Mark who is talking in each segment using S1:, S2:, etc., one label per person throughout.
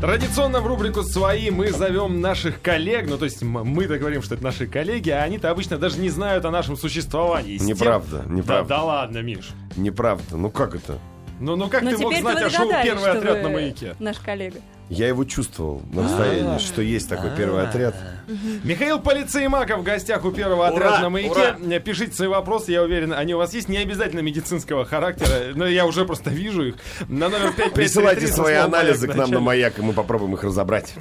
S1: Традиционно в рубрику «Свои» мы зовем наших коллег, ну то есть м- мы-то говорим, что это наши коллеги, а они-то обычно даже не знают о нашем существовании. И с тем-
S2: Неправда,
S1: Да,
S2: неправда,
S1: да ладно, Миш.
S2: неправда. Ну как это?
S1: Ну, ну как
S3: Но
S1: ты мог
S3: теперь-то
S1: знать
S3: вы
S1: о шоу
S3: догадались,
S1: «Первый
S3: что
S1: отряд
S3: вы
S1: на маяке»?
S3: Наш коллега.
S2: Я его чувствовал на расстоянии, что есть такой первый отряд.
S1: Михаил Полицеймаков в гостях у «Первого отряда на маяке». Пишите свои вопросы, я уверен, они у вас есть. Не обязательно медицинского характера, но я уже просто вижу их. На номер 5
S2: Присылайте свои анализы к нам на маяк, и мы попробуем их разобрать.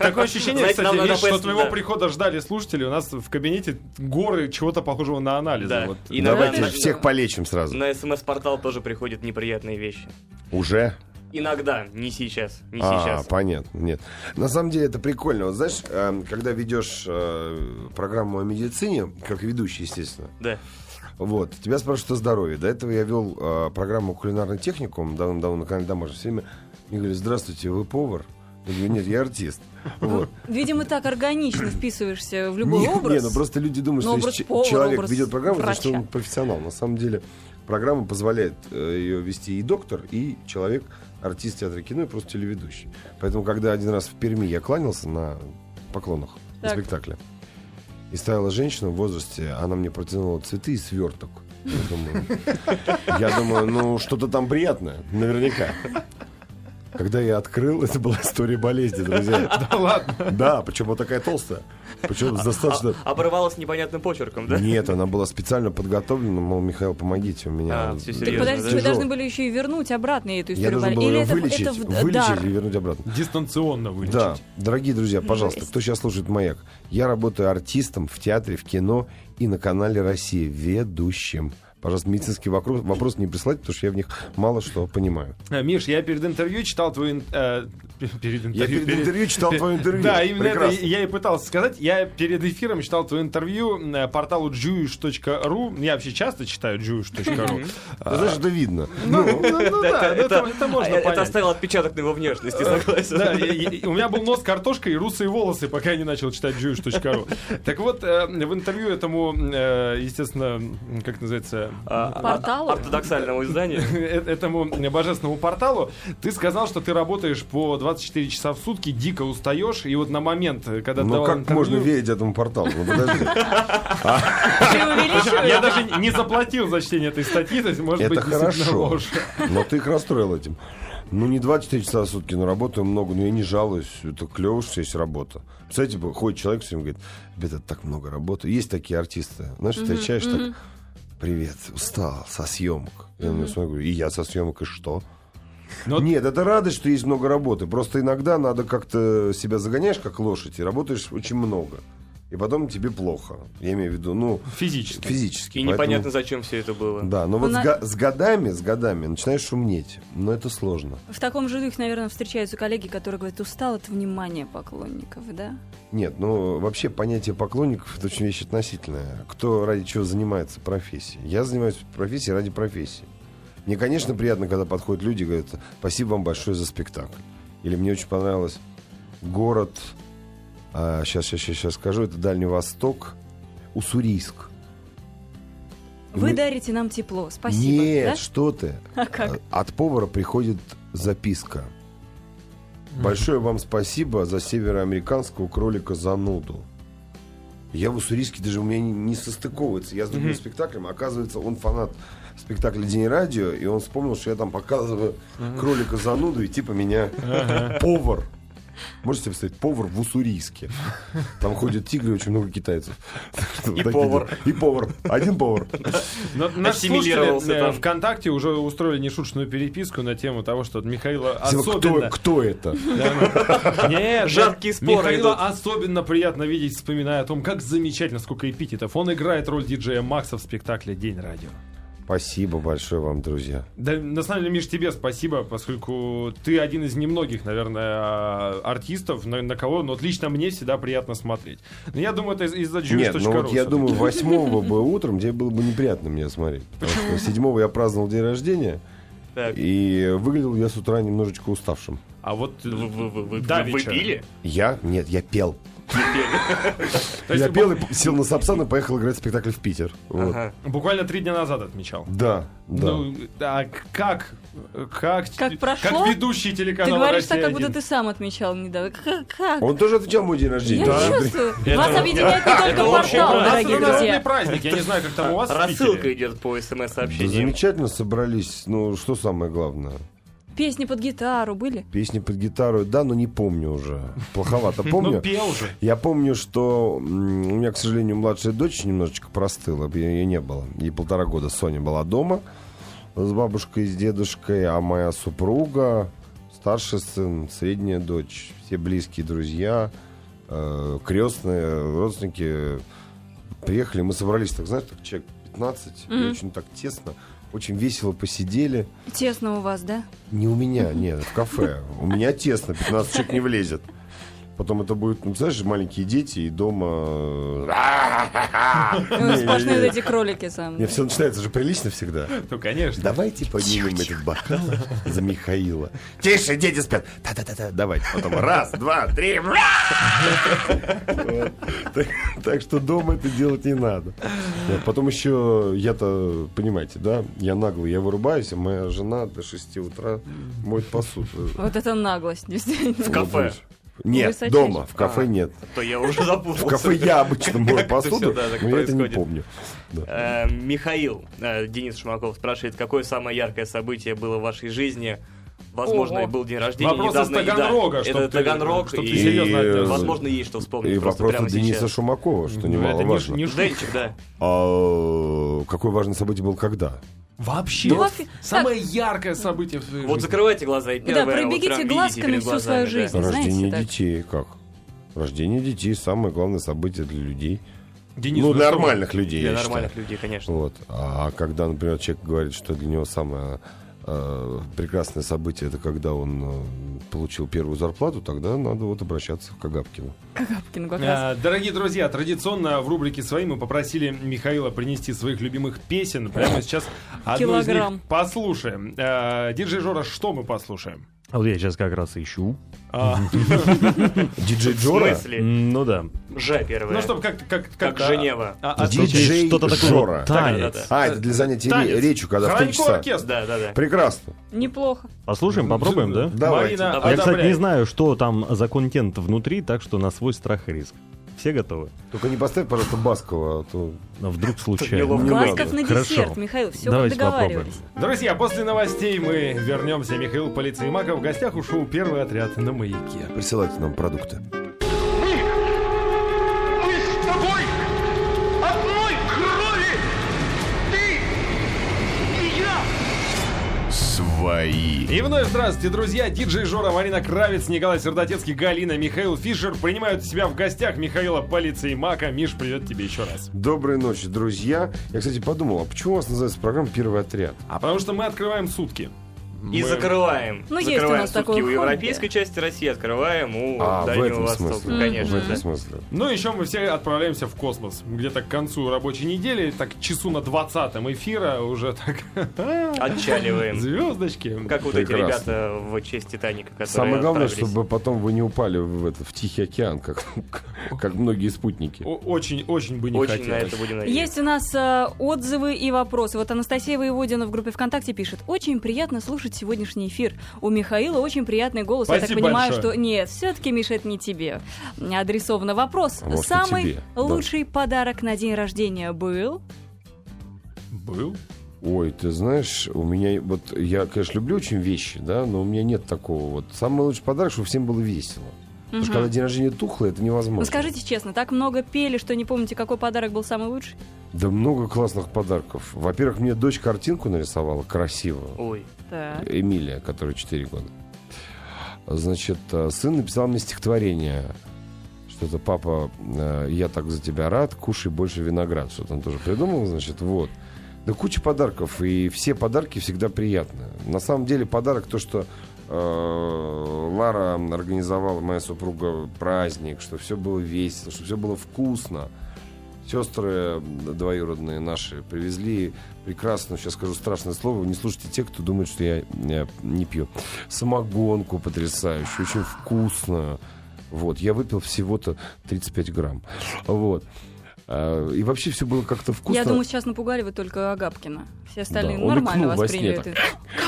S1: Такое ощущение,
S4: Знаете,
S1: кстати,
S4: нам надо
S1: Миш, что
S4: пояснить,
S1: твоего
S4: да.
S1: прихода ждали слушатели. У нас в кабинете горы чего-то похожего на анализы.
S4: Да.
S1: Вот.
S4: И на-
S2: Давайте
S4: на-
S2: всех полечим сразу.
S4: На смс-портал тоже приходят неприятные вещи.
S2: Уже?
S4: Иногда, не сейчас, не
S2: А,
S4: сейчас.
S2: понятно, нет. На самом деле это прикольно. Вот знаешь, эм, когда ведешь э, программу о медицине, как ведущий, естественно,
S4: Да.
S2: Вот, тебя спрашивают о здоровье. До этого я вел э, программу «Кулинарный техникум» давно-давно на канале «Домашний». Все время мне говорили, здравствуйте, вы повар? Я говорю, нет, я артист. Вот.
S3: Ну, Видимо, так органично вписываешься в любой
S2: Не,
S3: образ.
S2: не, ну просто люди думают,
S3: Ну,
S2: что
S3: образ
S2: если че-
S3: повара,
S2: человек
S3: образ
S2: ведет программу, значит,
S3: врача.
S2: он профессионал. На самом деле программа позволяет ее вести и доктор, и человек, артист театра и кино, и просто телеведущий. Поэтому, когда один раз в Перми я кланялся на поклонах на
S3: Так.
S2: спектакле, и стояла женщина в возрасте, она мне протянула цветы и сверток. Я думаю, я думаю, ну что-то там приятное, наверняка. Когда я открыл, это была история болезни, друзья.
S1: Да ладно.
S2: Да, причем вот такая толстая. Причем достаточно...
S4: А- оборвалась непонятным почерком, да?
S2: Нет, она была специально подготовлена, мол, Михаил, помогите, у меня...
S4: А,
S2: Да,
S4: всё
S3: Так
S4: серьезно,
S3: подождите,
S4: да?
S3: вы
S2: тяжело.
S3: должны были еще и вернуть обратно эту
S2: Я
S3: историю.
S2: должен
S3: болезни.
S2: был ее
S3: Или это-
S2: вылечить,
S3: это в-
S2: вылечить
S3: дар?
S2: и вернуть обратно.
S1: Дистанционно вылечить.
S2: Да, дорогие друзья, пожалуйста,
S3: Жесть.
S2: кто сейчас слушает «Маяк», я работаю артистом в театре, в кино и на канале «Россия» ведущим. Пожалуйста, медицинские вокрусы- вопросы не присылайте, потому что я в них мало что понимаю.
S1: А, Миш, я перед интервью читал твою... ин- э, п- перед интервью...
S2: Я перед интервью читал твое интервью.
S1: Да, именно
S2: Прекрасно.
S1: это я и пытался сказать. Я перед эфиром читал твое интервью на порталу jewish.ru. Я вообще часто читаю jewish.ru.
S2: Ты знаешь, это видно.
S1: Ну, ну, ну да, ну, это это
S4: а,
S1: можно
S4: это
S1: понять.
S4: оставил отпечаток на его внешности, согласен.
S1: Да, я- я- у меня был нос картошкой и русые волосы, пока я не начал читать jewish.ru. Так вот, э, в интервью этому, э, естественно, как называется,
S4: А, а-
S3: Порталу?
S4: Ортодоксальному изданию.
S1: э- этому божественному порталу, ты сказал, что ты работаешь по 24 часа в сутки, дико устаешь, и вот на момент, э, когда
S2: Ну
S1: давал
S2: как
S1: интервью-
S2: можно верить этому порталу? Ну подожди.
S3: Преувеличиваешь?
S1: Я даже не заплатил за чтение этой статьи, то есть, может
S2: Это
S1: быть, действительно
S2: хорошо.
S1: ложь.
S2: Но ты их расстроил этим. Ну, не 24 часа в сутки, но работаю много, но я не жалуюсь. Это клево, что есть работа. Представляете, б- ходит человек всем и говорит, ребята, так много работы. Есть такие артисты. Знаешь, встречаешь так, привет, устал, со съемок. Я на него смотрю, и я со съемок, и что?
S1: Но-
S2: Нет, это радость, что есть много работы. Просто иногда надо как-то себя загоняешь, как лошадь, и работаешь очень много. И потом тебе плохо. Я имею в виду, ну,
S1: Физически.
S2: физически.
S4: И
S2: поэтому-
S4: непонятно, зачем все это было.
S2: да, но вот
S3: Она-
S2: с, го- с годами, с годами начинаешь умнеть, но это сложно.
S3: В таком же духе, наверное, встречаются коллеги, которые говорят, устал от внимания поклонников, да?
S2: Нет, ну вообще понятие поклонников это очень вещь относительная. Кто ради чего занимается профессией? Я занимаюсь профессией ради профессии. Мне, конечно, приятно, когда подходят люди и говорят, спасибо вам большое за спектакль. Или мне очень понравилось город, а, сейчас, сейчас, сейчас, скажу, это Дальний Восток, Уссурийск.
S3: Вы
S2: Мы-
S3: дарите нам тепло, спасибо.
S2: Нет,
S3: да?
S2: что ты.
S3: А как?
S2: От повара приходит записка. Большое вам спасибо за североамериканского кролика зануду. Я в Уссурийске даже у меня не, не состыковывается. Я с другим спектаклем. Оказывается, он фанат спектакля День радио, и он вспомнил, что я там показываю кролика зануду, и типа меня повар. Можете себе представить, повар в Уссурийске. Там ходят тигры, и очень много китайцев.
S4: И
S2: Так,
S4: повар.
S2: И повар. Один повар.
S1: Но наши
S4: Ассимилировался
S1: слушатели, э,
S4: там.
S1: ВКонтакте уже устроили нешуточную переписку на тему того, что от Михаила
S2: Типа, Кто,
S1: особенно...
S2: кто это?
S1: Да, ну, Нет,
S4: Жаркие
S1: да,
S4: споры
S1: Михаила
S4: идут.
S1: особенно приятно видеть, вспоминая о том, как замечательно, сколько эпитетов. Он играет роль диджея Макса в спектакле «День радио».
S2: Спасибо большое вам, друзья.
S1: Да, на самом деле, Миш, тебе спасибо, поскольку ты один из немногих, наверное, а, артистов, на, на кого, но вот лично мне всегда приятно смотреть. Но я думаю, это из- из-за
S2: Нет,
S1: juice.ru
S2: ну вот я
S1: всё-таки.
S2: думаю, восьмого бы утром тебе было бы неприятно меня смотреть. Потому что седьмого я праздновал день рождения,
S4: Так.
S2: и выглядел я с утра немножечко уставшим.
S1: А вот... э,
S4: Вы, вы- вы- вы-
S1: давеча.
S4: вы пили?
S2: Я? Нет, я пел.
S1: То есть
S2: я
S1: бу-
S2: пел, и сел на Сапсан и поехал играть спектакль в Питер. Вот.
S4: Ага.
S1: Буквально три дня назад отмечал.
S2: Да, да.
S1: Ну, а как? Как,
S3: Как прошло?
S1: ведущий
S3: Ты
S1: телеканала
S3: говоришь так,
S1: «Россия
S3: как будто
S1: 1».
S3: ты сам отмечал недавно. Как? как?
S2: Он тоже отвечал мой день рождения.
S3: А Я
S2: Да.
S1: Да.
S3: не чувствую.
S1: Это-
S3: Вас объединяет не только
S4: это общий
S3: портал,
S4: брат.
S1: Ну,
S3: дорогие
S1: У нас народный
S3: друзья.
S1: праздник, я не знаю, как там у вас в
S4: Рассылка
S1: Питере.
S4: идет по
S2: Да
S4: смс-сообщениям.
S2: замечательно собрались. Ну, что самое главное?
S3: Песни под гитару были?
S2: Песни под гитару, да, но не помню уже. Плоховато
S1: Ну,
S2: помню.
S1: пел же.
S2: Я помню, что м, у меня, к сожалению, младшая дочь немножечко простыла, ее не было. Ей полтора года Соня была дома с бабушкой, с дедушкой, а моя супруга, старший сын, средняя дочь, все близкие друзья, э, крестные, родственники приехали. Мы собрались, так знаешь, так человек 15, и
S3: Мгм.
S2: очень так тесно, очень весело посидели.
S3: Тесно у вас, да?
S2: Не у меня, нет, в кафе. У меня тесно, 15 человек не влезет. Потом это будет, ну, знаешь, маленькие дети и дома...
S3: Ну, Сплошные вот
S2: Не-не-не.
S3: эти кролики сам.
S2: Мне все начинается же прилично всегда.
S1: Ну, конечно.
S2: Давайте поднимем этот бокал за Михаила. Тише, дети спят. Та-та-та-та. Давайте. Потом раз, два, три. Вот. Так- Так что дома это делать не надо. Вот, Потом еще я-то, понимаете, да, я наглый, я вырубаюсь, а моя жена до 6 утра моет посуду.
S3: Вот это наглость, действительно.
S4: В кафе.
S2: Нет,
S3: Высочайше.
S2: дома, в кафе нет.
S4: То я уже запутался.
S2: В кафе я обычно
S4: Как
S2: мою
S4: это всё,
S2: посуду,
S4: да, так
S2: но я это не
S4: происходит.
S2: помню. Да.
S4: Э, Михаил, э, Денис Шумаков спрашивает, какое самое яркое событие было в вашей жизни? Возможно,
S3: Ого.
S4: и был день рождения.
S1: Вопрос из
S4: недавно, и да.
S1: Таганрога. чтоб
S4: Это
S1: ты-
S4: Таганрог.
S1: чтоб ты
S4: и-
S1: серьезно
S2: и,
S1: отнесся.
S2: э,
S4: Возможно, есть что вспомнить.
S2: И
S4: просто
S2: вопрос
S4: прямо
S2: от Дениса
S4: сейчас.
S2: Шумакова, что
S1: Ну, это не ш-
S2: немаловажно.
S1: не шутка.
S4: Денчик, да.
S2: А, э, какое важное событие было когда?
S1: Вообще.
S3: Ну,
S1: вот
S3: вообще,
S1: Самое яркое событие в своей
S4: Вот
S1: жизни.
S4: закрывайте глаза и первое. вот
S3: пробегите
S4: прям видите
S3: глазками
S4: перед
S3: всю
S4: глазами,
S3: свою
S4: да.
S3: жизнь. Не знаете,
S2: Рождение
S3: так.
S2: детей как? Рождение детей самое главное событие для людей.
S1: Денис,
S2: ну,
S1: что вы?
S2: нормальных людей,
S4: Для
S2: я
S4: нормальных
S2: считаю.
S4: людей, конечно.
S2: Вот. А когда, например, человек говорит, что для него самое э, прекрасное событие это когда он э, получил первую зарплату, тогда надо вот обращаться к Агапкину.
S3: Капкин как раз.
S1: А, Дорогие друзья, традиционно в рубрике «Свои» мы попросили Михаила принести своих любимых песен. Прямо сейчас одну из
S3: Килограмм.
S1: них послушаем. А, Диджей Жора, что мы послушаем?
S5: А вот я сейчас как раз ищу.
S1: А,
S2: Диджей
S4: В
S2: Джора?
S4: смысле?
S5: М, Ну да.
S4: Ж первое.
S1: Ну, чтобы как... Как,
S4: Как
S1: а,
S4: Женева.
S1: а, а,
S2: Ди- Диджей
S5: Что-то такое.
S2: Жора.
S5: вот,
S4: Да-да-да.
S5: Танец.
S2: А, это для занятий
S1: Э, танец.
S2: ре- речью, когда в
S1: Хранько
S2: три часа.
S1: оркестр.
S4: Да, да, да.
S2: Прекрасно.
S3: Неплохо.
S5: Послушаем, попробуем, да?
S2: Давайте.
S1: Марина,
S5: Я, кстати,
S1: одобряет.
S5: А не знаю, что там за контент внутри, так что на свой страх и риск. Все готовы?
S2: Только не поставь, пожалуйста, Баскова, а то
S5: Но вдруг случайно.
S4: неловко. Не
S3: Глазков на
S5: надо.
S3: десерт,
S5: Ну Хорошо.
S3: Михаил, все
S5: Давайте
S3: договаривались.
S1: Друзья, после новостей мы вернемся. Михаил Полицеймака в гостях у шоу «Первый отряд на маяке».
S2: присылайте нам продукты.
S6: Мы с тобой одной крови! Ты и я!
S1: И вновь здравствуйте, друзья. Диджей Жора, Марина Кравец, Николай Сердотецкий, Галина, Михаил Фишер принимают у себя в гостях Михаила Полицеймака. Миш, привет тебе еще раз.
S2: Доброй ночи, друзья. Я, кстати, подумал, а почему у вас называется программа «Первый отряд»?
S1: А потому что мы открываем сутки.
S4: И
S1: Мы-
S4: закрываем.
S3: Ну, есть у
S4: закрываем
S3: нас
S4: сутки
S3: такое
S4: у
S3: хобби.
S4: европейской части России, открываем у
S2: а, в
S4: Дальнего
S2: этом
S4: Востока,
S2: смысле. в
S4: конечно.
S2: этом смысле.
S1: Ну, еще мы все отправляемся в космос. Где-то к концу рабочей недели, так часу на 20 эфира уже так...
S4: да. Отчаливаем.
S1: Звездочки.
S4: Как вот эти
S2: Прекрасно.
S4: ребята в честь Титаника, которые
S2: Самое главное,
S4: отправились.
S2: чтобы потом вы не упали в, это, в Тихий океан, как, как многие спутники.
S1: О- Очень, очень бы не
S4: Очень на
S1: хотелось.
S4: это будем надеяться.
S3: Есть у нас э, отзывы и вопросы. Вот Анастасия Воеводина в группе ВКонтакте пишет. Очень приятно слушать сегодняшний эфир. У Михаила очень приятный голос. Я так
S1: Спасибо
S3: понимаю,
S1: большое.
S3: что... Нет, все-таки, Миша, это не тебе. Адресовано вопрос.
S2: А может, и
S3: Самый
S2: тебе. Да.
S3: лучший подарок на день рождения был?
S1: Был?
S2: Ой, ты знаешь, у меня... Вот я, конечно, люблю очень вещи, да, но у меня нет такого вот. Самый лучший подарок, чтобы всем было весело. Потому что
S3: Мгм.
S2: когда день рождения тухлый, это невозможно.
S3: Ну, скажите честно, так много пели, что не помните, какой подарок был самый лучший?
S2: Да много классных подарков. Во-первых, мне дочь картинку нарисовала красивую.
S4: Ой,
S3: Так.
S2: Эмилия, которой 4 года. Значит, э, сын написал мне стихотворение. Что-то, папа, э, я так за тебя рад, кушай больше виноград. Что-то он тоже придумал, значит, вот. Да куча подарков, и все подарки всегда приятны. На самом деле подарок то, что э, Лара организовала, моя супруга, праздник, что все было весело, что все было вкусно. Сестры двоюродные наши привезли прекрасную, сейчас скажу страшное слово, не слушайте тех, кто думает, что я, э, не пью, самогонку потрясающую, очень вкусную. Вот, я выпил всего-то 35 грамм. Вот. А, И вообще все было как-то вкусно.
S3: Я думаю, сейчас напугали вы только Агапкина. Все остальные
S2: Да, он
S3: нормально
S2: икнул во сне
S3: восприняли.
S2: так.
S3: это.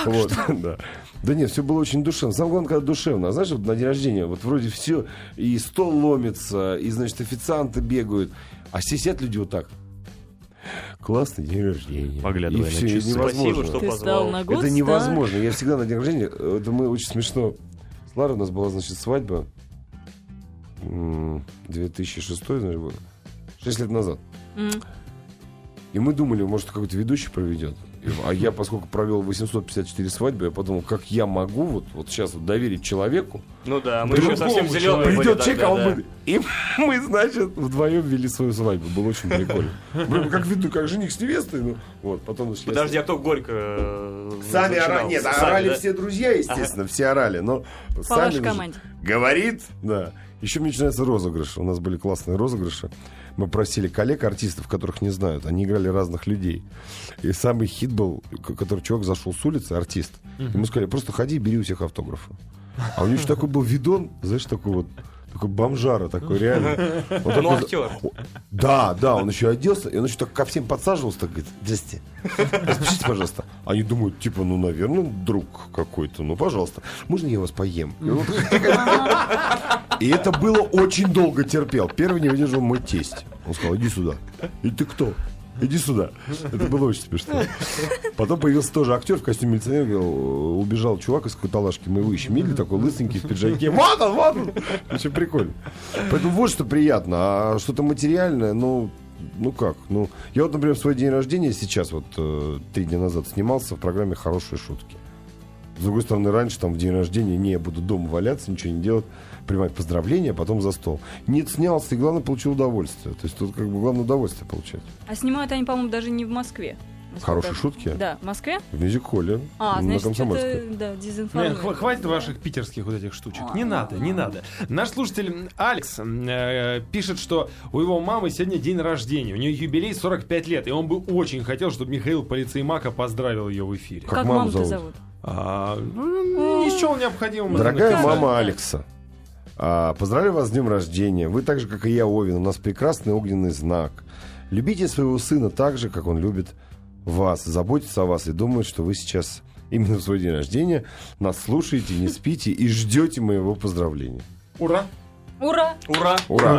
S4: А
S2: Вот, да. Да нет, все было очень душевно. Самое главное, когда душевно. А знаешь, вот на день рождения, вот вроде все, и стол ломится, и, значит, официанты бегают. А все сидят люди вот так. Классный день рождения.
S5: Поглядывая
S2: и
S5: на
S2: все,
S5: часы.
S4: Спасибо, что
S3: Ты стал
S4: позвал.
S3: на год
S2: Это
S3: стар.
S2: невозможно. Я всегда на день рождения... э, Это мы очень смешно. С Ларой у нас была, значит, свадьба. м, 2006, наверное, был. Шесть лет назад.
S3: М.
S2: И мы думали, может, какой-то ведущий проведет. И- А я, поскольку провел 854 свадьбы, я подумал, как я могу вот, вот сейчас вот доверить человеку.
S4: Ну да, мы
S2: Другому
S4: еще совсем
S2: человеку.
S4: зеленые были
S2: Придет человек, а
S4: тогда,
S2: он
S4: да.
S2: будет. И мы, значит, вдвоем вели свою свадьбу. Было очень прикольно. Блин, Как видно, как жених с невестой. ну, Вот, потом начали-
S4: Подожди, а кто горько э,
S2: Сами
S4: начинал?
S2: орали. Нет, а
S4: Сами,
S2: орали
S4: да?
S2: все друзья, естественно, все орали. Но
S3: По
S2: сами
S3: вашей
S2: же-
S3: команде.
S2: Говорит? Да. Еще мне начинается розыгрыш. У нас были классные розыгрыши. Мы просили коллег, артистов, которых не знают. Они играли разных людей. И самый хит был, к- который чувак зашел с улицы, артист. Ему сказали, просто ходи и бери у всех автографы. А у него еще такой был видон, знаешь, такой вот, такой бомжара, такой реально. Он такой
S4: Ну,
S2: за-
S4: актер.
S2: о, Да, да, он еще оделся, и он еще так ко всем подсаживался, так говорит, Здрасте, распишите, пожалуйста. Они думают, типа, ну, наверное, друг какой-то, ну, пожалуйста, можно я вас поем? И он и это было очень долго терпел. Первый не выдержал мой тесть. Он сказал, иди сюда. И ты кто? Иди сюда. Это было очень смешно. Потом появился тоже актер в костюме милиционера. говорил, Убежал чувак из каталажки. Мы его ищем. Или такой лысенький в пиджаке. Вот он, вот он. Очень прикольно. Поэтому вот что приятно. А что-то материальное, ну, ну как? Ну, я вот, например, в свой день рождения сейчас, вот э, три дня назад, снимался в программе «Хорошие шутки». С другой стороны, раньше там в день рождения не я буду дома валяться, ничего не делать, принимать поздравления, а потом за стол. Нет, снялся и главное получил удовольствие. То есть тут как бы главное удовольствие получать.
S3: А снимают они, по-моему, даже не в Москве. насколько-
S2: Хорошие шутки.
S3: Да, в Москве?
S2: В мюзик-холле.
S3: А,
S2: на
S3: значит,
S2: Комсомольской.
S3: что-то да,
S1: Не,
S3: дезинформируют.
S1: хва- хватит ваших питерских вот этих штучек. Не надо, не надо. Наш слушатель м, Алекс м, э, пишет, что у его мамы сегодня день рождения. У нее юбилей 45 лет. И он бы очень хотел, чтобы Михаил Полицеймака поздравил ее в эфире.
S2: Как
S3: Как
S2: маму
S3: маму-то
S2: зовут?
S3: зовут?
S1: А, ну, ни с чем необходимым.
S2: Дорогая
S1: Да.
S2: мама
S3: да.
S2: Алекса, а, поздравляю вас с днем рождения. Вы так же, как и я, Овен. У нас прекрасный огненный знак. Любите своего сына так же, как он любит вас, заботится о вас и думает, что вы сейчас именно в свой день рождения нас слушаете, не спите и ждете моего поздравления.
S1: Ура!
S3: Ура!
S4: Ура!
S2: Ура!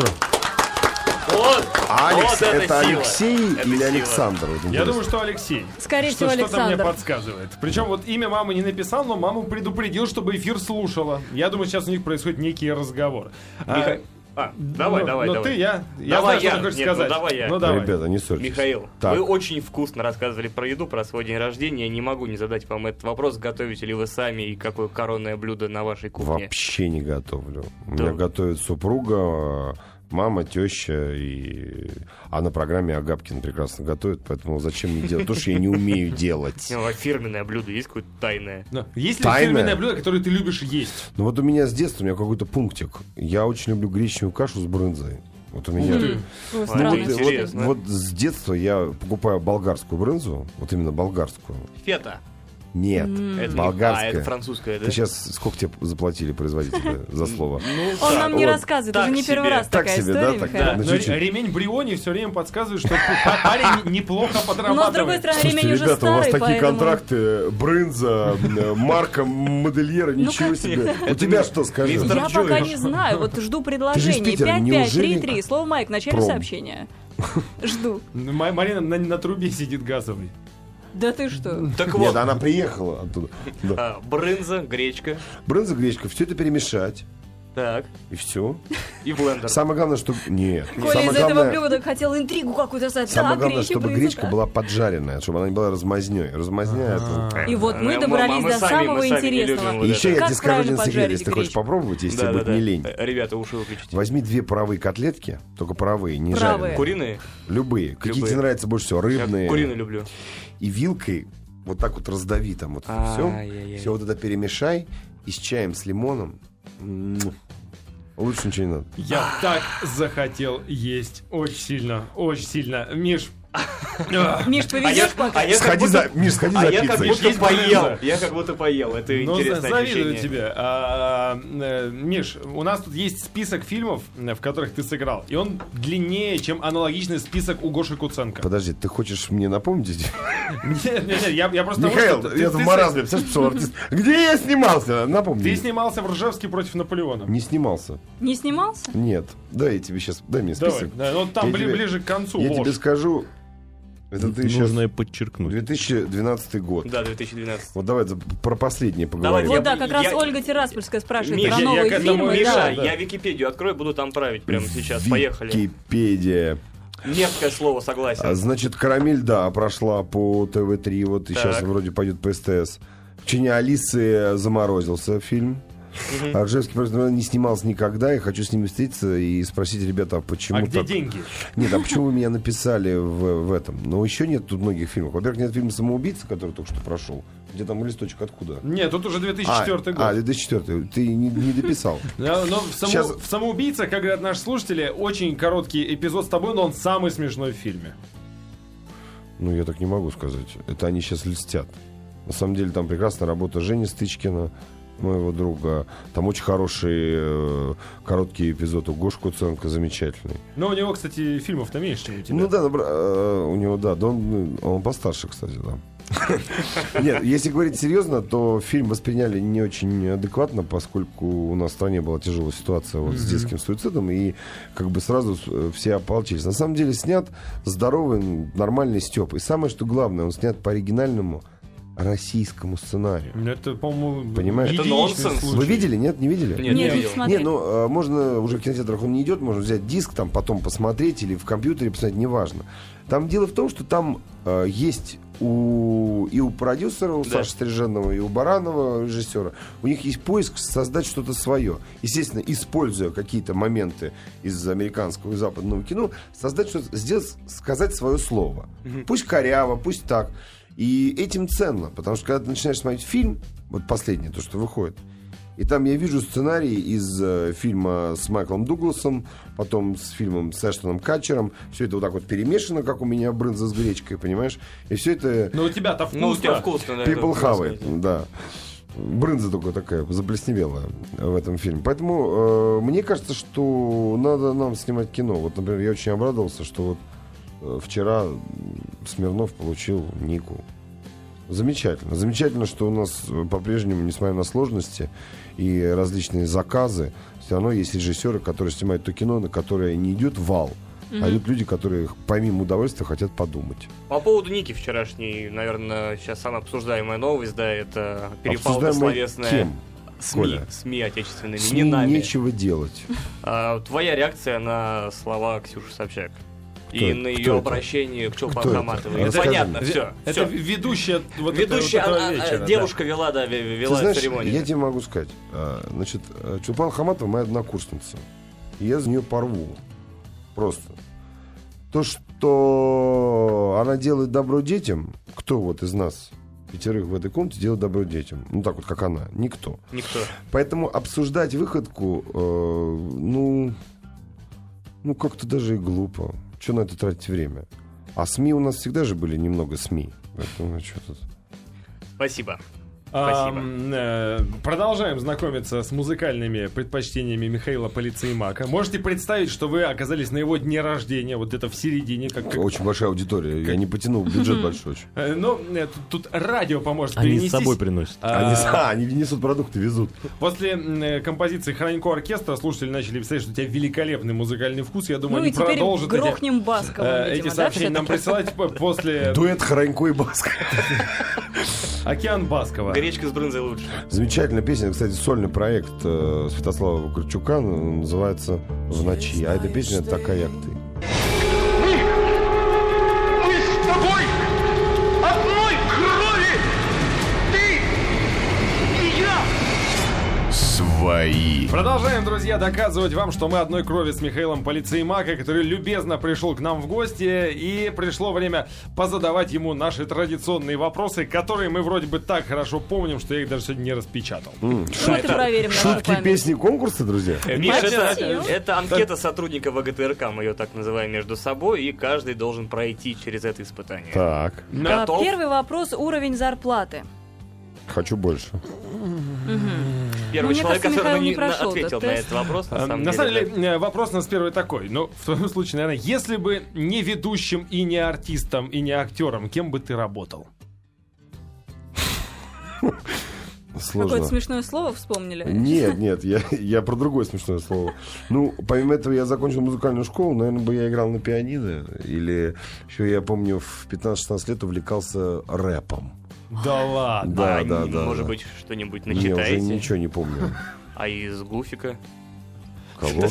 S4: Вот!
S2: Алекс,
S4: вот
S2: это,
S4: сила.
S2: Алексей
S4: Это
S2: или
S4: сила.
S2: Александр? Вот
S1: Я
S2: интересно.
S1: думаю, что Алексей.
S3: Скорее
S1: Что-
S3: всего,
S1: Что-то мне
S3: Александр.
S1: подсказывает. Причем вот имя мамы не написал, но маму предупредил, чтобы эфир слушала. Я думаю, сейчас у них происходит некий разговор. А,
S4: Миха- А, давай,
S1: ну,
S4: давай,
S1: ну,
S4: давай.
S1: ты, я. Я знаю,
S4: Давай
S1: что
S4: я.
S1: ты хочешь
S4: Нет, ну
S1: сказать.
S4: давай я.
S1: Ну давай.
S2: Ребята, не ссорьтесь.
S4: Михаил,
S2: Так.
S4: вы очень вкусно рассказывали про еду, про свой день рождения. Я не могу не задать вам этот вопрос, готовите ли вы сами и какое коронное блюдо на вашей кухне.
S2: Вообще не готовлю. У
S4: Да.
S2: меня готовит супруга, мама, теща. И... А на программе Агапкин прекрасно готовит, поэтому зачем мне делать то, что я не умею делать?
S4: Ну, а фирменное блюдо есть какое-то тайное?
S1: Да. Ну, Есть ли
S2: Тайное?
S1: фирменное блюдо, которое ты любишь есть?
S2: Ну вот у меня с детства, у меня какой-то пунктик. Я очень люблю гречневую кашу с брынзой. Вот у меня...
S3: М, ну,
S4: Ладно,
S2: вот,
S3: странно.
S2: вот-
S4: интересно.
S2: вот с детства я покупаю болгарскую брынзу, вот именно болгарскую.
S4: Фета.
S2: Нет,
S4: Это не-
S2: болгарская.
S4: А, это французская, да?
S2: Ты сейчас сколько тебе заплатили производители за слово?
S4: Ну,
S3: Он
S4: да.
S3: нам не
S2: вот
S3: рассказывает,
S4: так
S3: уже не первый
S4: себе.
S3: раз
S2: Так
S3: такая
S2: себе,
S3: история,
S2: да, так,
S3: Михаил.
S4: да.
S2: Ну,
S1: Но
S2: чуть-чуть.
S1: э, ремень Бриони все время подсказывает, что парень неплохо
S3: Но с другой
S1: подрабатывает.
S3: стороны,
S2: Слушайте,
S3: ремень уже
S2: ребята, у вас
S3: старый,
S2: такие
S3: поэтому...
S2: контракты, Брынза, э, Марка,
S3: Ну,
S2: модельера, ничего себе. У тебя что, скажи?
S4: мистер
S3: Я пока не знаю, вот жду предложений.
S2: Питера,
S3: 5, 5, 3,
S2: неужели-
S3: 3. Слово Майк в начале
S2: Пром.
S3: сообщения. Жду.
S1: Ма- Марина на, на трубе сидит газовый.
S3: Да ты что?
S4: Так
S2: Нет,
S4: вот,
S2: она приехала оттуда. Да.
S4: а, брынза, гречка,
S2: Брынза, гречка, все это перемешать.
S4: так,
S2: И все.
S4: и блендер.
S2: Самое главное, что... Нет.
S3: Коля
S2: Самое
S3: из этого
S2: главное,
S3: блюда хотел интригу какую-то создать.
S2: самое
S3: Да,
S2: главное,
S3: гречи
S2: чтобы
S3: брынза,
S2: гречка
S3: да. А.
S2: была поджаренная, чтобы она не была размазней. Размазня это...
S3: И вот мы
S4: Ну,
S3: добрались
S4: мы
S3: до
S4: сами-
S3: самого
S4: мы сами не любим
S3: интересного.
S4: вот
S2: И еще я
S3: Как
S2: тебе скажу
S3: правильно
S2: один секрет,
S3: поджарить
S2: если ты хочешь
S3: гречку?
S2: попробовать, если тебе
S4: Да, да,
S2: будет
S4: да.
S2: не лень.
S4: Э, Ребята, уши выключите.
S2: Возьми две паровые котлетки, только паровые, не
S3: Правые.
S2: жареные.
S4: Куриные?
S2: Любые. Какие
S4: Любые.
S2: тебе нравятся больше всего?
S4: Я
S2: Рыбные.
S4: куриные люблю.
S2: и вилкой вот так вот раздави там вот
S4: Ай-яй-яй.
S2: все, все вот это перемешай и с чаем с лимоном. М. Лучше ничего не надо.
S1: Я так захотел есть. Очень сильно, очень сильно. Миш. ах,
S3: Миш,
S4: А я,
S3: повезешь
S4: а
S3: пока?
S4: я как
S2: Сходи
S4: будто,
S2: за, Миш, сходи
S4: а
S2: за
S4: я как
S2: пиццей.
S4: будто
S1: Есть
S4: поел.
S1: брынза.
S4: Я как будто поел. Это
S1: Ну, за-
S4: интересное
S1: завидую
S4: ощущение.
S1: тебе. А, А, э, Миш, у нас тут есть список фильмов, э, в которых ты сыграл. И он длиннее, чем аналогичный список у Гоши Куценко.
S2: Подожди, ты хочешь мне напомнить?
S1: Нет, нет, нет, я, я просто... потому
S2: Михаил,
S1: что ты-
S2: я
S1: ты-
S2: в
S1: ты-
S2: маразме, представляешь, пошел артист. Где я снимался? Напомни.
S1: Ты снимался в Ржевске против Наполеона.
S2: Не снимался.
S3: Не снимался?
S2: Нет. Дай я тебе сейчас, дай мне
S1: Давай,
S2: список.
S1: да, ну там
S2: Я
S1: бли-
S2: тебе-
S1: ближе к концу.
S2: Я
S1: ложь.
S2: тебе скажу. Это ты сейчас...
S5: Нужно подчеркнуть.
S2: 2012 год.
S4: Да, 2012.
S2: Вот давай за- про последнее
S4: Давай,
S2: поговорим.
S3: Вот
S4: Я-
S3: да, как раз
S4: я-
S3: Ольга Тираспольская спрашивает
S4: Миша,
S3: про
S1: я- я
S3: новые
S1: к этому-
S3: фильмы.
S4: Миша,
S3: да.
S1: да.
S4: я Википедию открою, буду там править прямо сейчас. Поехали.
S2: Википедия.
S4: Мерзкое слово,
S2: А,
S4: согласен.
S2: Значит, «Карамель», да, прошла по ТВ-3, вот и
S4: Так.
S2: сейчас вроде пойдет по СТС. В чине Алисы заморозился фильм. А Ржевский просто не снимался никогда, и хочу с ними встретиться и спросить, ребята, а почему
S1: А где
S2: так?
S1: деньги?
S2: Нет, а почему вы меня написали в, в этом? Но еще нет тут многих фильмов. Во-первых, нет фильма «Самоубийца», который только что прошел. Где там листочек откуда?
S1: Нет, тут уже 2004
S2: а,
S1: год.
S2: А, 2004. Ты не, не дописал.
S1: Да, Но в, саму-
S2: Сейчас-
S1: в «Самоубийце», как говорят наши слушатели, очень короткий эпизод с тобой, но он самый смешной в фильме.
S2: Ну, я так не могу сказать. Это они сейчас льстят. На самом деле там прекрасная работа Жени Стычкина, моего друга. Там очень хороший э, короткий эпизод у Гоши Куценко, замечательный.
S1: Но у него, кстати, фильмов-то меньше, чем у тебя.
S2: Ну да, набра- э, у него, да, да он, э, он постарше, кстати, да. Нет, если говорить серьезно, то фильм восприняли не очень адекватно, поскольку у нас в стране была тяжелая ситуация вот с детским суицидом, и как бы сразу с- э, все ополчились. На самом деле снят здоровый, н- нормальный Степ. И самое, что главное, он снят по оригинальному российскому сценарию.
S1: Ну, Это, по-моему,
S2: Понимаешь?
S4: Это
S1: единичный
S4: нонсенс.
S1: случай.
S2: Вы видели, нет, не видели?
S4: Нет,
S3: Нет,
S4: не
S3: не
S4: видел.
S2: Не,
S3: смотрели.
S2: ну э, можно уже в кинотеатрах он не идет, можно взять диск, там потом посмотреть или в компьютере посмотреть, неважно. Там дело в том, что там э, есть у, и у продюсера, у
S4: Да.
S2: Саши Стриженного, и у Баранова, режиссера, у них есть поиск создать что-то свое. Естественно, используя какие-то моменты из американского и западного кино, создать что-то, сделать, сказать свое слово. Пусть коряво, пусть так. И этим ценно, потому что когда ты начинаешь смотреть фильм, вот последнее, то, что выходит, и там я вижу сценарий из э, фильма с Майклом Дугласом, потом с фильмом с Эштоном Катчером. Все это вот так вот перемешано, как у меня брынза с гречкой, понимаешь? И все это
S1: Но у тебя-то вкусно.
S4: Ну, у тебя вкусно, да.
S2: people
S4: это
S2: have
S4: вкусно.
S2: it, да. Брынза только такая заплесневелая в этом фильме. Поэтому э, мне кажется, что надо нам снимать кино. Вот, например, я очень обрадовался, что вот э, вчера м, Смирнов получил Нику. Замечательно. Замечательно, что у нас э, по-прежнему, несмотря на сложности и различные заказы, все равно есть режиссеры, которые снимают то кино, на которое не идет вал, а идут люди, которые помимо удовольствия хотят подумать.
S4: По поводу Ники вчерашней, наверное, сейчас самая обсуждаемая новость, да, это перепалка
S2: Обсуждаемое
S4: словесная.
S2: кем?
S4: СМИ,
S2: Коля?
S4: СМИ отечественными,
S2: С
S4: не
S2: ней
S4: нами.
S2: нечего делать.
S4: А, твоя реакция на слова Ксюши Собчак и
S2: это?
S4: на ее
S2: Кто это?
S4: обращение к Чулпан
S2: это?
S4: Хаматовой.
S2: Расскажи
S4: понятно,
S2: мне.
S4: все.
S1: Это ведущая вот
S4: Ведущая,
S1: это- вот
S4: а,
S1: этого
S4: а,
S1: вечера, да.
S4: девушка вела, да, ве-
S2: Ты
S4: вела
S2: знаешь,
S4: церемонию.
S2: я тебе могу сказать. а, Значит, э, Чулпан Хаматова моя однокурсница. И я за нее порву. Просто. То, что она делает добро детям, кто вот из нас, пятерых в этой комнате, делает добро детям? Ну так вот, как она. Никто.
S4: Никто.
S2: Поэтому обсуждать выходку, э, ну, ну как-то даже и глупо. Что на это тратить время? А СМИ у нас всегда же были немного СМИ. Поэтому что тут?
S4: Спасибо.
S1: Ам,
S4: Спасибо.
S1: э, Продолжаем знакомиться с музыкальными предпочтениями Михаила Полицеймака. Можете представить, что вы оказались на его дне рождения, вот это в середине, как... как-
S2: Очень большая аудитория. Я не потянул, бюджет большой очень.
S1: Э, Ну, э, тут, тут радио поможет
S5: Они с
S1: перенестись.
S5: собой приносят.
S1: А,
S2: Они, а, они несут продукты, везут.
S1: После м, э, композиции Хранько оркестра слушатели начали писать, что у тебя великолепный музыкальный вкус. Я думаю,
S3: Ну и
S1: они
S3: теперь
S1: продолжат эти-
S3: грохнем
S1: э,
S3: Баскова,
S1: эти,
S3: видимо, да,
S1: сообщения
S3: всё-таки? Ну,
S1: нам присылать п- после
S2: Дуэт Хоронько и Баск.
S1: Океан Баскова.
S4: Гречка с брынзой лучше.
S2: Замечательная песня. Кстати, сольный проект э, Святослава Вакарчука ну, называется «В ночи». А эта песня такая, как ты.
S6: Мы, мы с тобой одной крови. Ты и я.
S7: Свои.
S1: Продолжаем, друзья, доказывать вам, что мы одной крови с Михаилом Полицеймака, который любезно пришел к нам в гости. И пришло время позадавать ему наши традиционные вопросы, которые мы вроде бы так хорошо помним, что я их даже сегодня не распечатал.
S3: Вот и проверим нашу
S2: Шутки,
S3: память.
S2: песни, конкурсы, друзья?
S1: Э,
S4: Миша, это,
S3: Спасибо.
S4: это анкета сотрудника ВГТРК, мы ее так называем между собой, и каждый должен пройти через это испытание.
S2: Так,
S1: На-
S3: А,
S4: Готов?
S3: Первый вопрос – уровень зарплаты.
S2: хочу больше.
S4: первый
S3: Ну, мне кажется,
S4: человек, который
S3: Михаил
S4: на-
S3: не прошел
S4: ответил
S3: этот
S4: на
S3: тест.
S4: этот вопрос. На
S1: Э,
S4: самом
S1: На
S4: деле, А
S1: самом
S4: да.
S1: деле, э, вопрос у нас первый такой. Ну, в твоем случае, наверное, если бы не ведущим и не артистом, и не актером, кем бы ты работал?
S2: Сложно.
S3: Какое-то смешное слово вспомнили.
S2: Нет, нет, я, я про другое смешное слово. Ну, помимо этого, я закончил музыкальную школу, наверное, бы я играл на пианино. Или еще я помню, в 15-16 лет увлекался рэпом.
S1: Да ладно.
S2: Да,
S4: А,
S2: да,
S4: н-
S2: да.
S4: Может
S2: да.
S4: быть, что-нибудь
S2: Не, уже
S4: начитаете?
S2: ничего не помню.
S4: А из Гуфика?
S2: Кого?
S1: Это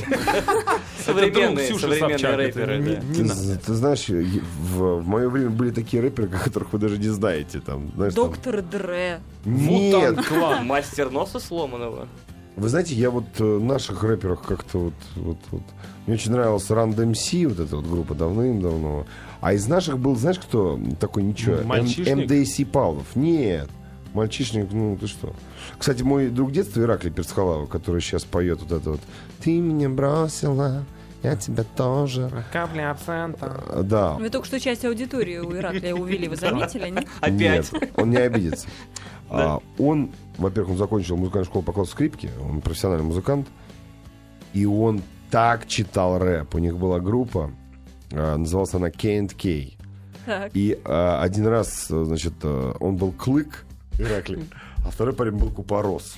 S4: Современные,
S1: друг Ксюши
S4: современные
S1: Собчак,
S4: рэперы,
S1: это не-
S4: да.
S1: не
S2: Ты,
S1: надо.
S2: з- ты знаешь, я- в, мое время были такие рэперы, которых вы даже не знаете. Там, знаешь, там-
S3: Доктор Дре.
S2: Нет,
S1: Мутант клан.
S4: А, Мастер носа сломанного.
S2: Вы знаете, я вот э, наших рэперов как-то вот, вот, вот- Мне очень нравился Run DMC, вот эта вот группа давным-давно. А из наших был, знаешь, кто такой ничего?
S1: Ну, мальчишник?
S2: МДС Павлов. Нет. Мальчишник, ну ты что? Кстати, мой друг детства Ираклий Перцхалава, который сейчас поет вот это вот «Ты меня бросила, я тебя тоже».
S1: Капля абсента.
S2: А, Да.
S3: Вы Ну, только что часть аудитории у Ираклия увели, вы заметили, нет?
S4: Опять.
S2: Нет, он не обидится. А, Он, во-первых, он закончил музыкальную школу по классу скрипки, он профессиональный музыкант, и он так читал рэп. У них была группа, а, называлась она K&K.
S3: Так.
S2: И а, один раз, э, значит, э, он был клык, Ираклий, а второй парень был купорос.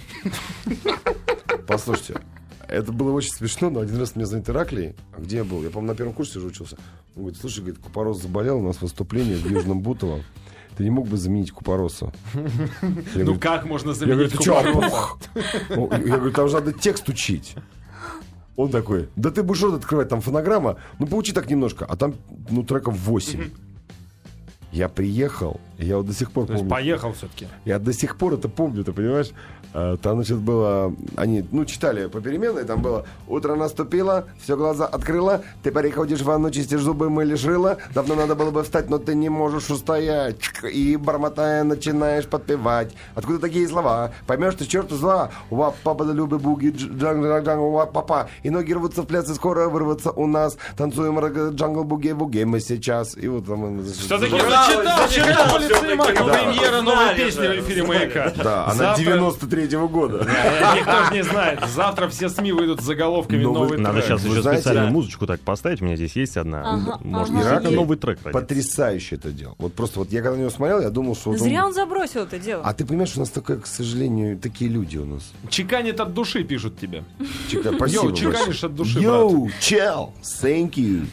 S2: Послушайте, это было очень смешно, но один раз меня звонит Ираклий, а где я был? Я, по-моему, на первом курсе уже учился. Он говорит, слушай, говорит, Купорос заболел, у нас выступление в Южном Бутово. Ты не мог бы заменить Купороса? Я
S1: Ну
S2: говорю,
S1: как можно
S2: я говорю,
S1: заменить
S2: ты чё,
S1: Купорова?
S2: опух? Ну, Я говорю, там же надо текст учить. Он такой, да ты будешь рот открывать, там фонограмма, ну поучи так немножко, а там, ну, треков 8. Я приехал, я вот до сих пор
S1: То есть
S2: помню.
S1: поехал все-таки.
S2: Я до сих пор это помню, ты понимаешь? А, Там, значит, было... Они, ну, читали попеременно, и там было «Утро наступило, все глаза открыла, ты переходишь в ванну, чистишь зубы, мылишь рыло, давно надо было бы встать, но ты не можешь устоять, Чк, и, бормотая, начинаешь подпевать. Откуда такие слова? Поймешь ты черту зла, уа папа да любы буги, дж- джанг джанг джанг, уа папа, и ноги рвутся в пляс, и скоро вырваться у нас, танцуем рага- джангл буги буги мы сейчас». И вот там... он, значит,
S1: Что-таки
S2: зажигал.
S1: зачитал, читал
S4: всё-таки,
S1: лицемак.
S4: да.
S1: Премьера новой
S4: Знали
S1: песни в
S4: же,
S1: эфире
S4: знали.
S1: «Маяка».
S2: Да, она
S1: Завтра-
S2: 93-го года.
S1: Э, Никто же не знает. Завтра все СМИ выйдут с заголовками
S2: Новый
S1: новый
S2: трек.
S5: Надо
S1: трек.
S5: сейчас
S2: Ну, Вы
S5: еще
S2: знаете,
S5: специальную
S2: да.
S5: музычку так поставить. У меня здесь есть одна.
S3: Ага,
S5: Может,
S3: ага.
S5: действительно
S2: Ирак-
S5: новый трек родится.
S2: Потрясающе это дело. Вот просто вот я когда на него смотрел, я думал, что... вот он-
S3: Зря он забросил это дело.
S2: А ты понимаешь, у нас такое, к сожалению, такие люди у нас.
S1: Чеканит от души, пишут тебе.
S2: Чека-
S1: Йоу,
S2: Спасибо.
S1: чеканишь от души, брат.
S2: Йоу, чел, thank you.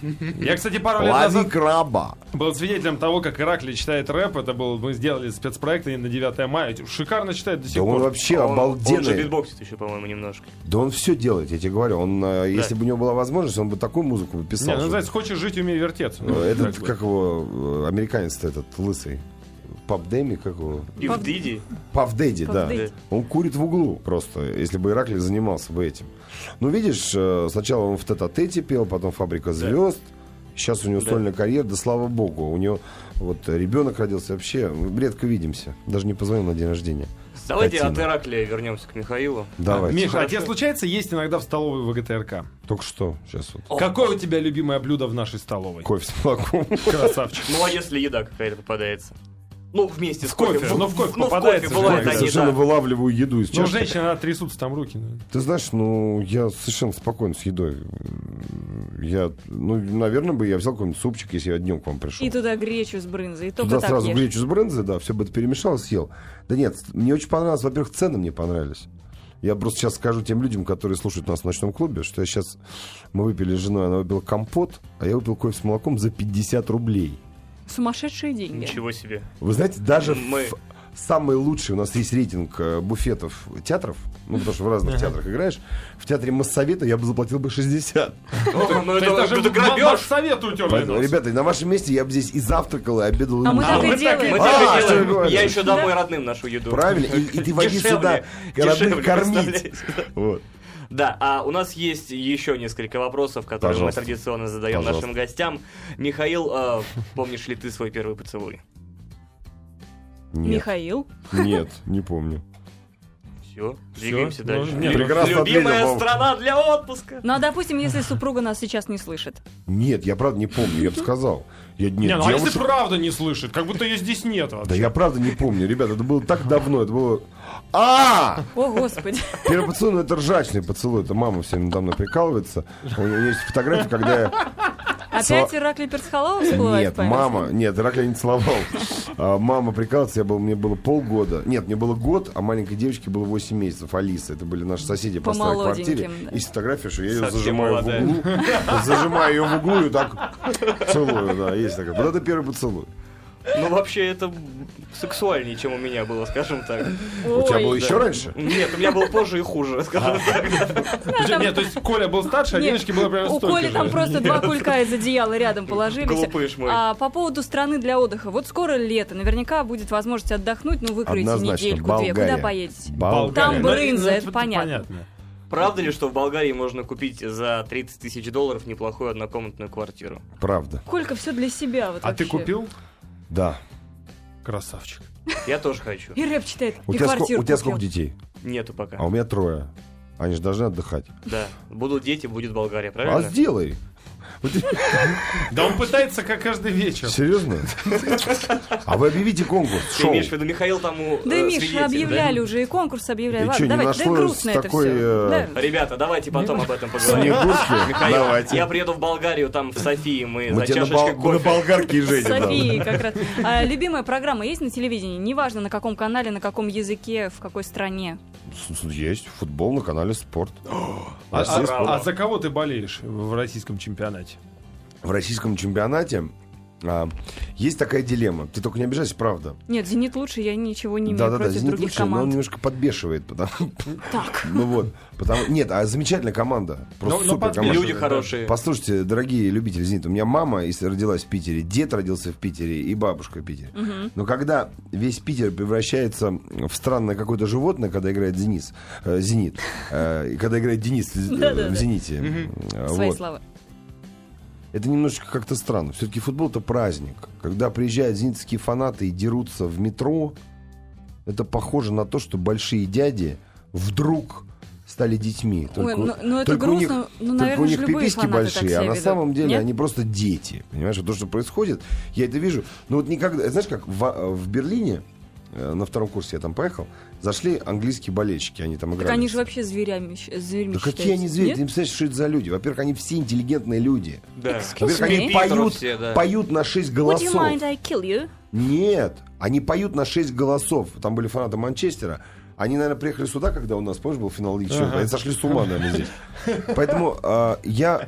S1: Я, кстати, пару лет
S2: Лови
S1: назад
S2: краба.
S1: был свидетелем того, как Ираклий читает рэп. Это был, мы сделали спецпроект на 9 мая. Шикарно читает до сих
S2: Да он
S1: пор.
S2: вообще
S4: Он- Он же
S2: обалденный.
S4: битбоксит еще, по-моему, немножко.
S2: Да он все делает, я тебе говорю. Он, э, если бы у него была возможность, он бы такую музыку бы
S1: Не,
S2: писал.
S1: ну,
S2: что-
S1: называется, хочешь жить, умей вертеться. Ну,
S2: Э, Этот,
S1: как бы.
S2: как его, э, американец-то этот, лысый. Пап Дэми, как его?
S4: И в Диди.
S2: Пав Дэдди,
S3: Пав
S2: да.
S3: Дэдди.
S2: Он курит в углу просто, если бы Иракли занимался бы этим. Ну, видишь, э, сначала он в тет-а-тете пел, потом «Фабрика звезд». Сейчас у него
S4: Да.
S2: сольная карьера, да слава богу. У него вот ребенок родился вообще. мы Редко видимся. Даже не позвонил на день рождения.
S4: Давайте от
S2: Скотина.
S4: Ираклия вернемся к Михаилу.
S2: Давайте.
S1: Миша, а тебе случается есть иногда в столовой ВГТРК?
S2: Только что сейчас вот.
S1: Какое у тебя любимое блюдо в нашей столовой?
S2: Кофе с молоком.
S1: Красавчик.
S4: Ну а если еда какая-то попадается? Ну, вместе с
S1: В кофе,
S4: кофе.
S1: ну, в кофе
S4: ну,
S1: попадается же
S4: бывает
S1: кофе.
S2: Я
S4: такие,
S2: совершенно
S4: да.
S2: вылавливаю еду из
S1: Ну,
S2: чашки.
S1: женщина, она трясутся там руки. ну.
S2: Ты знаешь, ну, я совершенно спокоен с едой. Я, ну, наверное, бы я взял какой-нибудь супчик, если я днем к вам пришел.
S3: И туда гречу с брынзой, и только
S2: туда
S3: так
S2: сразу
S3: ешь.
S2: гречу с брынзой, да, все бы это перемешал, съел. Да нет, мне очень понравилось, во-первых, цены мне понравились. Я просто сейчас скажу тем людям, которые слушают нас в ночном клубе, что я сейчас... Мы выпили с женой, она выпила компот, а я выпил кофе с молоком за 50 рублей.
S3: Сумасшедшие деньги.
S4: Ничего себе.
S2: Вы знаете, даже
S4: Мы-
S2: в самый лучший, у нас есть рейтинг э, буфетов театров, ну, потому что в разных театрах играешь, в театре Моссовета я бы заплатил бы 60.
S4: Ну, ну,
S1: То есть
S4: это
S1: даже
S4: это
S1: м-
S4: грабеж.
S1: совету утерли
S4: ну,
S2: Поэтому,
S1: нос.
S2: ребята, на вашем месте я бы здесь и завтракал, и обедал, и
S3: А мы
S2: ужинал.
S3: так и
S4: Мы так
S3: делаем.
S4: мы
S2: А,
S4: так и
S2: что я
S4: делаем.
S2: говорю?
S4: Я еще домой родным нашу еду.
S2: Правильно, и, и ты води сюда городных
S4: Дешевле, дешевле,
S2: кормить.
S4: представляете?
S2: Вот.
S4: Да, а у нас есть еще несколько вопросов, которые
S2: Пожалуйста.
S4: мы традиционно задаем
S2: Пожалуйста.
S4: нашим гостям. Михаил, э, помнишь ли ты свой первый поцелуй?
S2: Нет,
S3: Михаил,
S2: нет, не помню.
S4: Все, двигаемся
S1: Ну,
S4: дальше.
S1: нет,
S2: Прекрасно
S4: Любимая
S2: ответил, Вов.
S4: страна для отпуска.
S3: Ну а допустим, если супруга нас сейчас не слышит.
S2: Нет, я правда не помню, я бы сказал. Я, нет,
S1: Не, ну а если
S2: девушек-
S1: правда не слышит, как будто ее здесь нет
S2: Да
S1: вообще.
S2: я правда не помню, ребята, это было так давно, это было... А!
S3: О, Господи.
S2: Первый поцелуй, ну, это ржачный поцелуй, это мама все надо мной прикалывается. У нее есть фотография, когда я
S3: Опять
S2: Со-
S3: Ираклий Перцхалова всплывает
S2: Нет,
S3: в памяти?
S2: мама, нет, Ракля не целовал. А, Мама прикалывается, я был, мне было полгода. Нет, мне было год, а маленькой девочке было 8 месяцев. Алиса, это были наши соседи по старой
S3: Помолоденьким,
S2: квартире.
S3: да.
S2: Есть фотография, что я ее
S4: Совсем
S2: зажимаю в
S4: молодая.
S2: углу. Зажимаю ее в углу и так целую, да, есть такая. Вот это первый поцелуй.
S4: Ну, вообще, это сексуальнее, чем у меня было, скажем так.
S2: У тебя
S3: Ой,
S2: было
S3: да.
S2: еще раньше?
S4: Нет, у меня было позже и хуже, скажем так.
S1: Причем- Нет, то есть Коля был старше, а
S3: Нет,
S1: Леночке было прямо
S3: У
S1: столько
S3: Коли
S1: же.
S3: там просто два кулька из одеяла рядом положились.
S4: Глупый ж мой.
S3: А по поводу страны для отдыха. Вот скоро лето, наверняка будет возможность отдохнуть, ну выкроете
S2: Однозначно,
S3: недельку-две. Куда
S2: Болгария.
S3: поедете?
S2: Бал-
S1: Болгария.
S3: Там
S1: Ну,
S3: брынза,
S1: ну,
S3: это понятно.
S4: Правда ли, что в Болгарии можно купить за 30 тысяч долларов неплохую однокомнатную квартиру?
S2: Правда,
S3: Колька все для себя вот
S1: А ты
S3: вообще.
S1: купил?
S2: да.
S1: Красавчик.
S4: Я тоже хочу.
S3: И рэп читает,
S2: У
S3: и
S2: тебя, ско-
S3: квартиру
S2: у тебя
S3: купил.
S2: сколько детей?
S4: Нету
S2: А у
S4: пока.
S2: меня трое. Они же должны отдыхать.
S4: Да. Будут дети, будет Болгария,
S2: А
S4: правильно?
S2: сделай. Вот ты-
S1: Да он пытается как каждый вечер.
S2: Серьезно? А вы объявите конкурс,
S4: Ты
S2: шоу.
S4: имеешь в виду Михаил тому
S3: Да,
S4: э,
S3: Миша,
S4: свидетель,
S3: объявляли уже, и конкурс объявляли.
S2: И
S3: Ладно,
S2: чё, не
S3: давайте, да
S2: нашлось
S3: грустно это
S2: такой,
S3: все.
S2: э,
S4: да? Ребята, давайте потом об этом поговорим.
S2: Снегурки?
S4: Михаил,
S2: Давайте.
S4: я приеду в Болгарию, там в Софии мы
S2: Мы
S4: за
S2: тебе на,
S4: чашечкой
S2: бол- на
S4: кофе.
S2: болгарке и
S3: С
S2: женим. да.
S3: Софией как раз. А, любимая программа есть на телевидении? Неважно, на каком канале, на каком языке, в какой стране.
S2: С- с- Есть футбол на канале Спорт.
S1: А,
S2: Россия
S1: а-
S2: Спорт.
S1: а за кого ты болеешь в российском чемпионате?
S2: В российском чемпионате а, есть такая дилемма. Ты только не обижайся, правда.
S3: Нет, «Зенит» лучше, я ничего не имею
S2: Да-да-да,
S3: против
S2: «Зенит»
S3: других
S2: лучше, но он
S3: команд.
S2: немножко подбешивает. Потому,
S3: Так.
S2: ну вот, потому, нет, а замечательная команда. Просто
S1: Ну, ну,
S2: супер
S1: под-
S2: команда.
S4: Люди хорошие.
S2: Послушайте, дорогие любители «Зенита», у меня мама если родилась в Питере, дед родился в Питере и бабушка в Питере. Но когда весь Питер превращается в странное какое-то животное, когда играет Денис, э, «Зенит», э, и когда играет Денис э, в «Зените», э,
S3: Свои
S2: вот,
S3: слова.
S2: это немножечко как-то странно. Все-таки футбол это праздник. Когда приезжают зенитские фанаты и дерутся в метро, это похоже на то, что большие дяди вдруг стали детьми.
S3: Ой, ну,
S2: вот-
S3: ну это
S2: только у них-
S3: грустно. ну,
S2: только
S3: наверное,
S2: у них
S3: же любые
S2: приписки
S3: фанаты так
S2: большие,
S3: себя
S2: а на
S3: ведут.
S2: самом деле
S3: Нет?
S2: они просто дети. Понимаешь, вот то, что происходит, я это вижу. Но вот никогда, знаешь, как в, в Берлине, э, на втором курсе я там поехал, зашли английские болельщики, они там играли.
S3: Так они же вообще зверями, щ- зверьми
S2: Да какие
S3: считаются.
S2: они звери,
S3: Нет?
S2: ты не представляешь, что это за люди. Во-первых, они все интеллигентные люди.
S4: Да.
S2: Во-первых,
S3: Excuse
S2: они
S4: me?
S2: поют,
S4: Все, да.
S2: поют на 6
S3: Would you
S2: голосов.
S3: mind I kill you?
S2: Нет, они поют на 6 голосов. Там были фанаты Манчестера. Они, наверное, приехали сюда, когда у нас, помнишь, был финал Лиги Чемпионов. Они сошли с ума, наверное, здесь. Поэтому а, я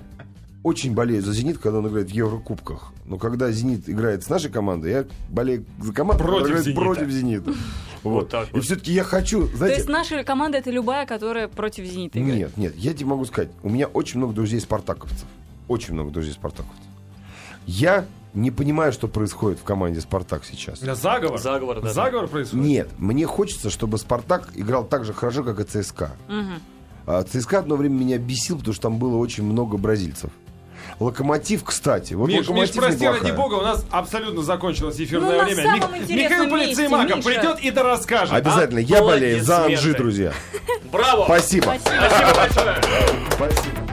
S2: очень болею за «Зенит», когда он играет в Еврокубках. Но когда «Зенит» играет с нашей командой, я болею за команду, которая
S1: Против
S2: играет
S1: «Зенита».
S2: против «Зенита». Вот.
S4: так
S2: И
S4: вот.
S2: все-таки я хочу,
S3: То
S2: знаете...
S3: есть наша команда это любая, которая против «Зенита» играет.
S2: Нет, нет, я тебе могу сказать, у меня очень много друзей спартаковцев. Очень много друзей спартаковцев. Я не понимаю, что происходит в команде «Спартак» сейчас.
S1: Заговор?
S4: Заговор, да.
S1: Заговор происходит?
S2: Нет, мне хочется, чтобы «Спартак» играл так же хорошо, как и ЦСКА.
S3: Мгм.
S2: А ЦСКА одно время меня бесил, потому что там было очень много бразильцев. «Локомотив», кстати. Вот
S1: Миш, Миш,
S2: «Локомотив»
S1: прости,
S2: неплохая.
S1: ради бога, у нас абсолютно закончилось эфирное
S3: Ну, на
S1: время.
S3: самом
S1: Мих-
S3: интересном
S1: Михаил
S3: месте,
S1: Полицеймаков
S3: Миша.
S1: придет и да расскажет.
S2: Обязательно. Я
S4: Аплодисменты.
S2: болею за «Анжи», друзья.
S4: Браво!
S2: Спасибо.
S3: Спасибо.
S4: Спасибо большое!
S2: Спасибо.